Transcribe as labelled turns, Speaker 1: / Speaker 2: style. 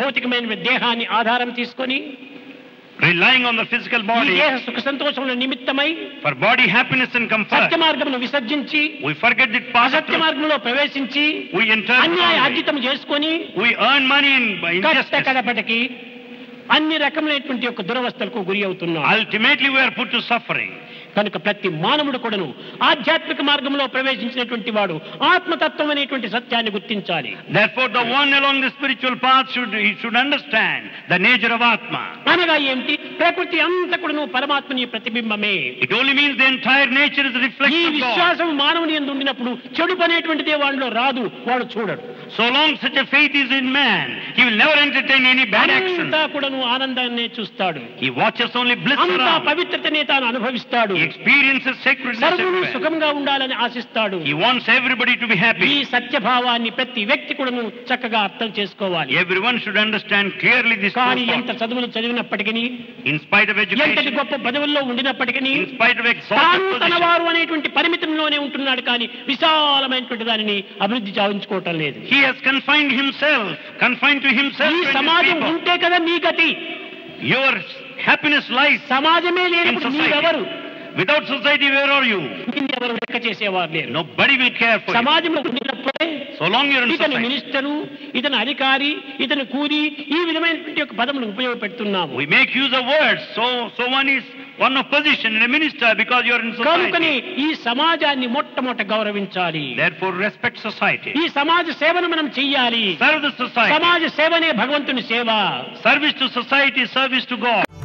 Speaker 1: భౌతికమైన దేహాన్ని ఆధారం తీసుకొని
Speaker 2: relying on the physical
Speaker 1: ఈ
Speaker 2: body
Speaker 1: దేహ సుఖ సంతోషముల నిమిత్తమై
Speaker 2: for body happiness and comfort.
Speaker 1: సత్య మార్గమును విసర్జించి
Speaker 2: We forget the past.
Speaker 1: అసత్య మార్గంలో ప్రవేశించి
Speaker 2: We enter.
Speaker 1: అన్యాయ
Speaker 2: wrongly.
Speaker 1: అర్జితం చేసుకొని
Speaker 2: We earn money in by
Speaker 1: కష్ట
Speaker 2: injustice.
Speaker 1: కడపటికి అన్ని రకములైనటువంటి యొక్క దురవస్థలకు గురి అవుతున్నాడు
Speaker 2: Ultimately, we are put to suffering.
Speaker 1: కనుక ప్రతి మానవుడు కూడాను ఆధ్యాత్మిక మార్గంలో ప్రవేశించినటువంటి వాడు ఆత్మతత్వం అనేటువంటి సత్యాన్ని గుర్తించాలి
Speaker 2: Therefore, the one along the spiritual path should he should understand the nature of Atma.
Speaker 1: అనగా ఏమిటి ప్రకృతి అంతా కూడాను పరమాత్మని ప్రతిబింబమే
Speaker 2: It only means the entire nature is a
Speaker 1: ఈ
Speaker 2: reflection of God.
Speaker 1: విశ్వాసం మానవుని ఎందు ఉండినప్పుడు చెడు అనేటువంటిదే వాడిలో రాదు వాడు చూడడు
Speaker 2: So long such a faith is in man, he will never entertain any bad action.
Speaker 1: అంతా కూడాను ఆనందాన్నే చూస్తాడు
Speaker 2: He watches only bliss
Speaker 1: అంతా
Speaker 2: around.
Speaker 1: పవిత్రతనే తాను అనుభవిస్తాడు
Speaker 2: He experiences sacredness
Speaker 1: సర్వులు
Speaker 2: everywhere.
Speaker 1: సుఖంగా ఉండాలని ఆశిస్తాడు
Speaker 2: He wants everybody to be
Speaker 1: ఈ
Speaker 2: happy.
Speaker 1: సత్యభావాన్ని ప్రతి వ్యక్తి కూడాను చక్కగా అర్థం చేసుకోవాలి
Speaker 2: Everyone should understand clearly this
Speaker 1: కానీ
Speaker 2: truth.
Speaker 1: ఎంత చదువులు చదివినప్పటికీ
Speaker 2: In spite of
Speaker 1: ఎంతటి
Speaker 2: education,
Speaker 1: గొప్ప పదవుల్లో ఉండినప్పటికీ
Speaker 2: in spite of
Speaker 1: తాను
Speaker 2: exalted position,
Speaker 1: తనవారు అనేటువంటి పరిమితంలోనే ఉంటున్నాడు కానీ విశాలమైనటువంటి దానిని అభివృద్ధి చావించుకోవటం లేదు
Speaker 2: he has confined himself, confined to himself.
Speaker 1: ఈ
Speaker 2: and his
Speaker 1: సమాజం
Speaker 2: people.
Speaker 1: ఉంటే కదా మీ గతి
Speaker 2: Your happiness lies
Speaker 1: సమాజమే
Speaker 2: in
Speaker 1: లేనప్పుడు మీరెవరు
Speaker 2: society. Without society, where are you?
Speaker 1: మీరు ఎవరు లెక్క చేసేవారు లేరు
Speaker 2: Nobody will care for you.
Speaker 1: సమాజంలో ఉండినప్పుడే
Speaker 2: So long you're in
Speaker 1: ఇతను
Speaker 2: society.
Speaker 1: మినిస్టరు ఇతను అధికారి ఇతను కూలి ఈ విధమైనటువంటి యొక్క పదములను ఉపయోగపెడుతున్నాము
Speaker 2: We make use of words. So, so one is one of position and a minister because you're in
Speaker 1: కనుకని
Speaker 2: society.
Speaker 1: ఈ సమాజాన్ని మొట్టమొదట గౌరవించాలి
Speaker 2: Therefore, respect society.
Speaker 1: ఈ సమాజ సేవను మనం చెయ్యాలి
Speaker 2: Serve the society.
Speaker 1: సమాజ సేవనే భగవంతుని సేవ
Speaker 2: Service to society, service to God.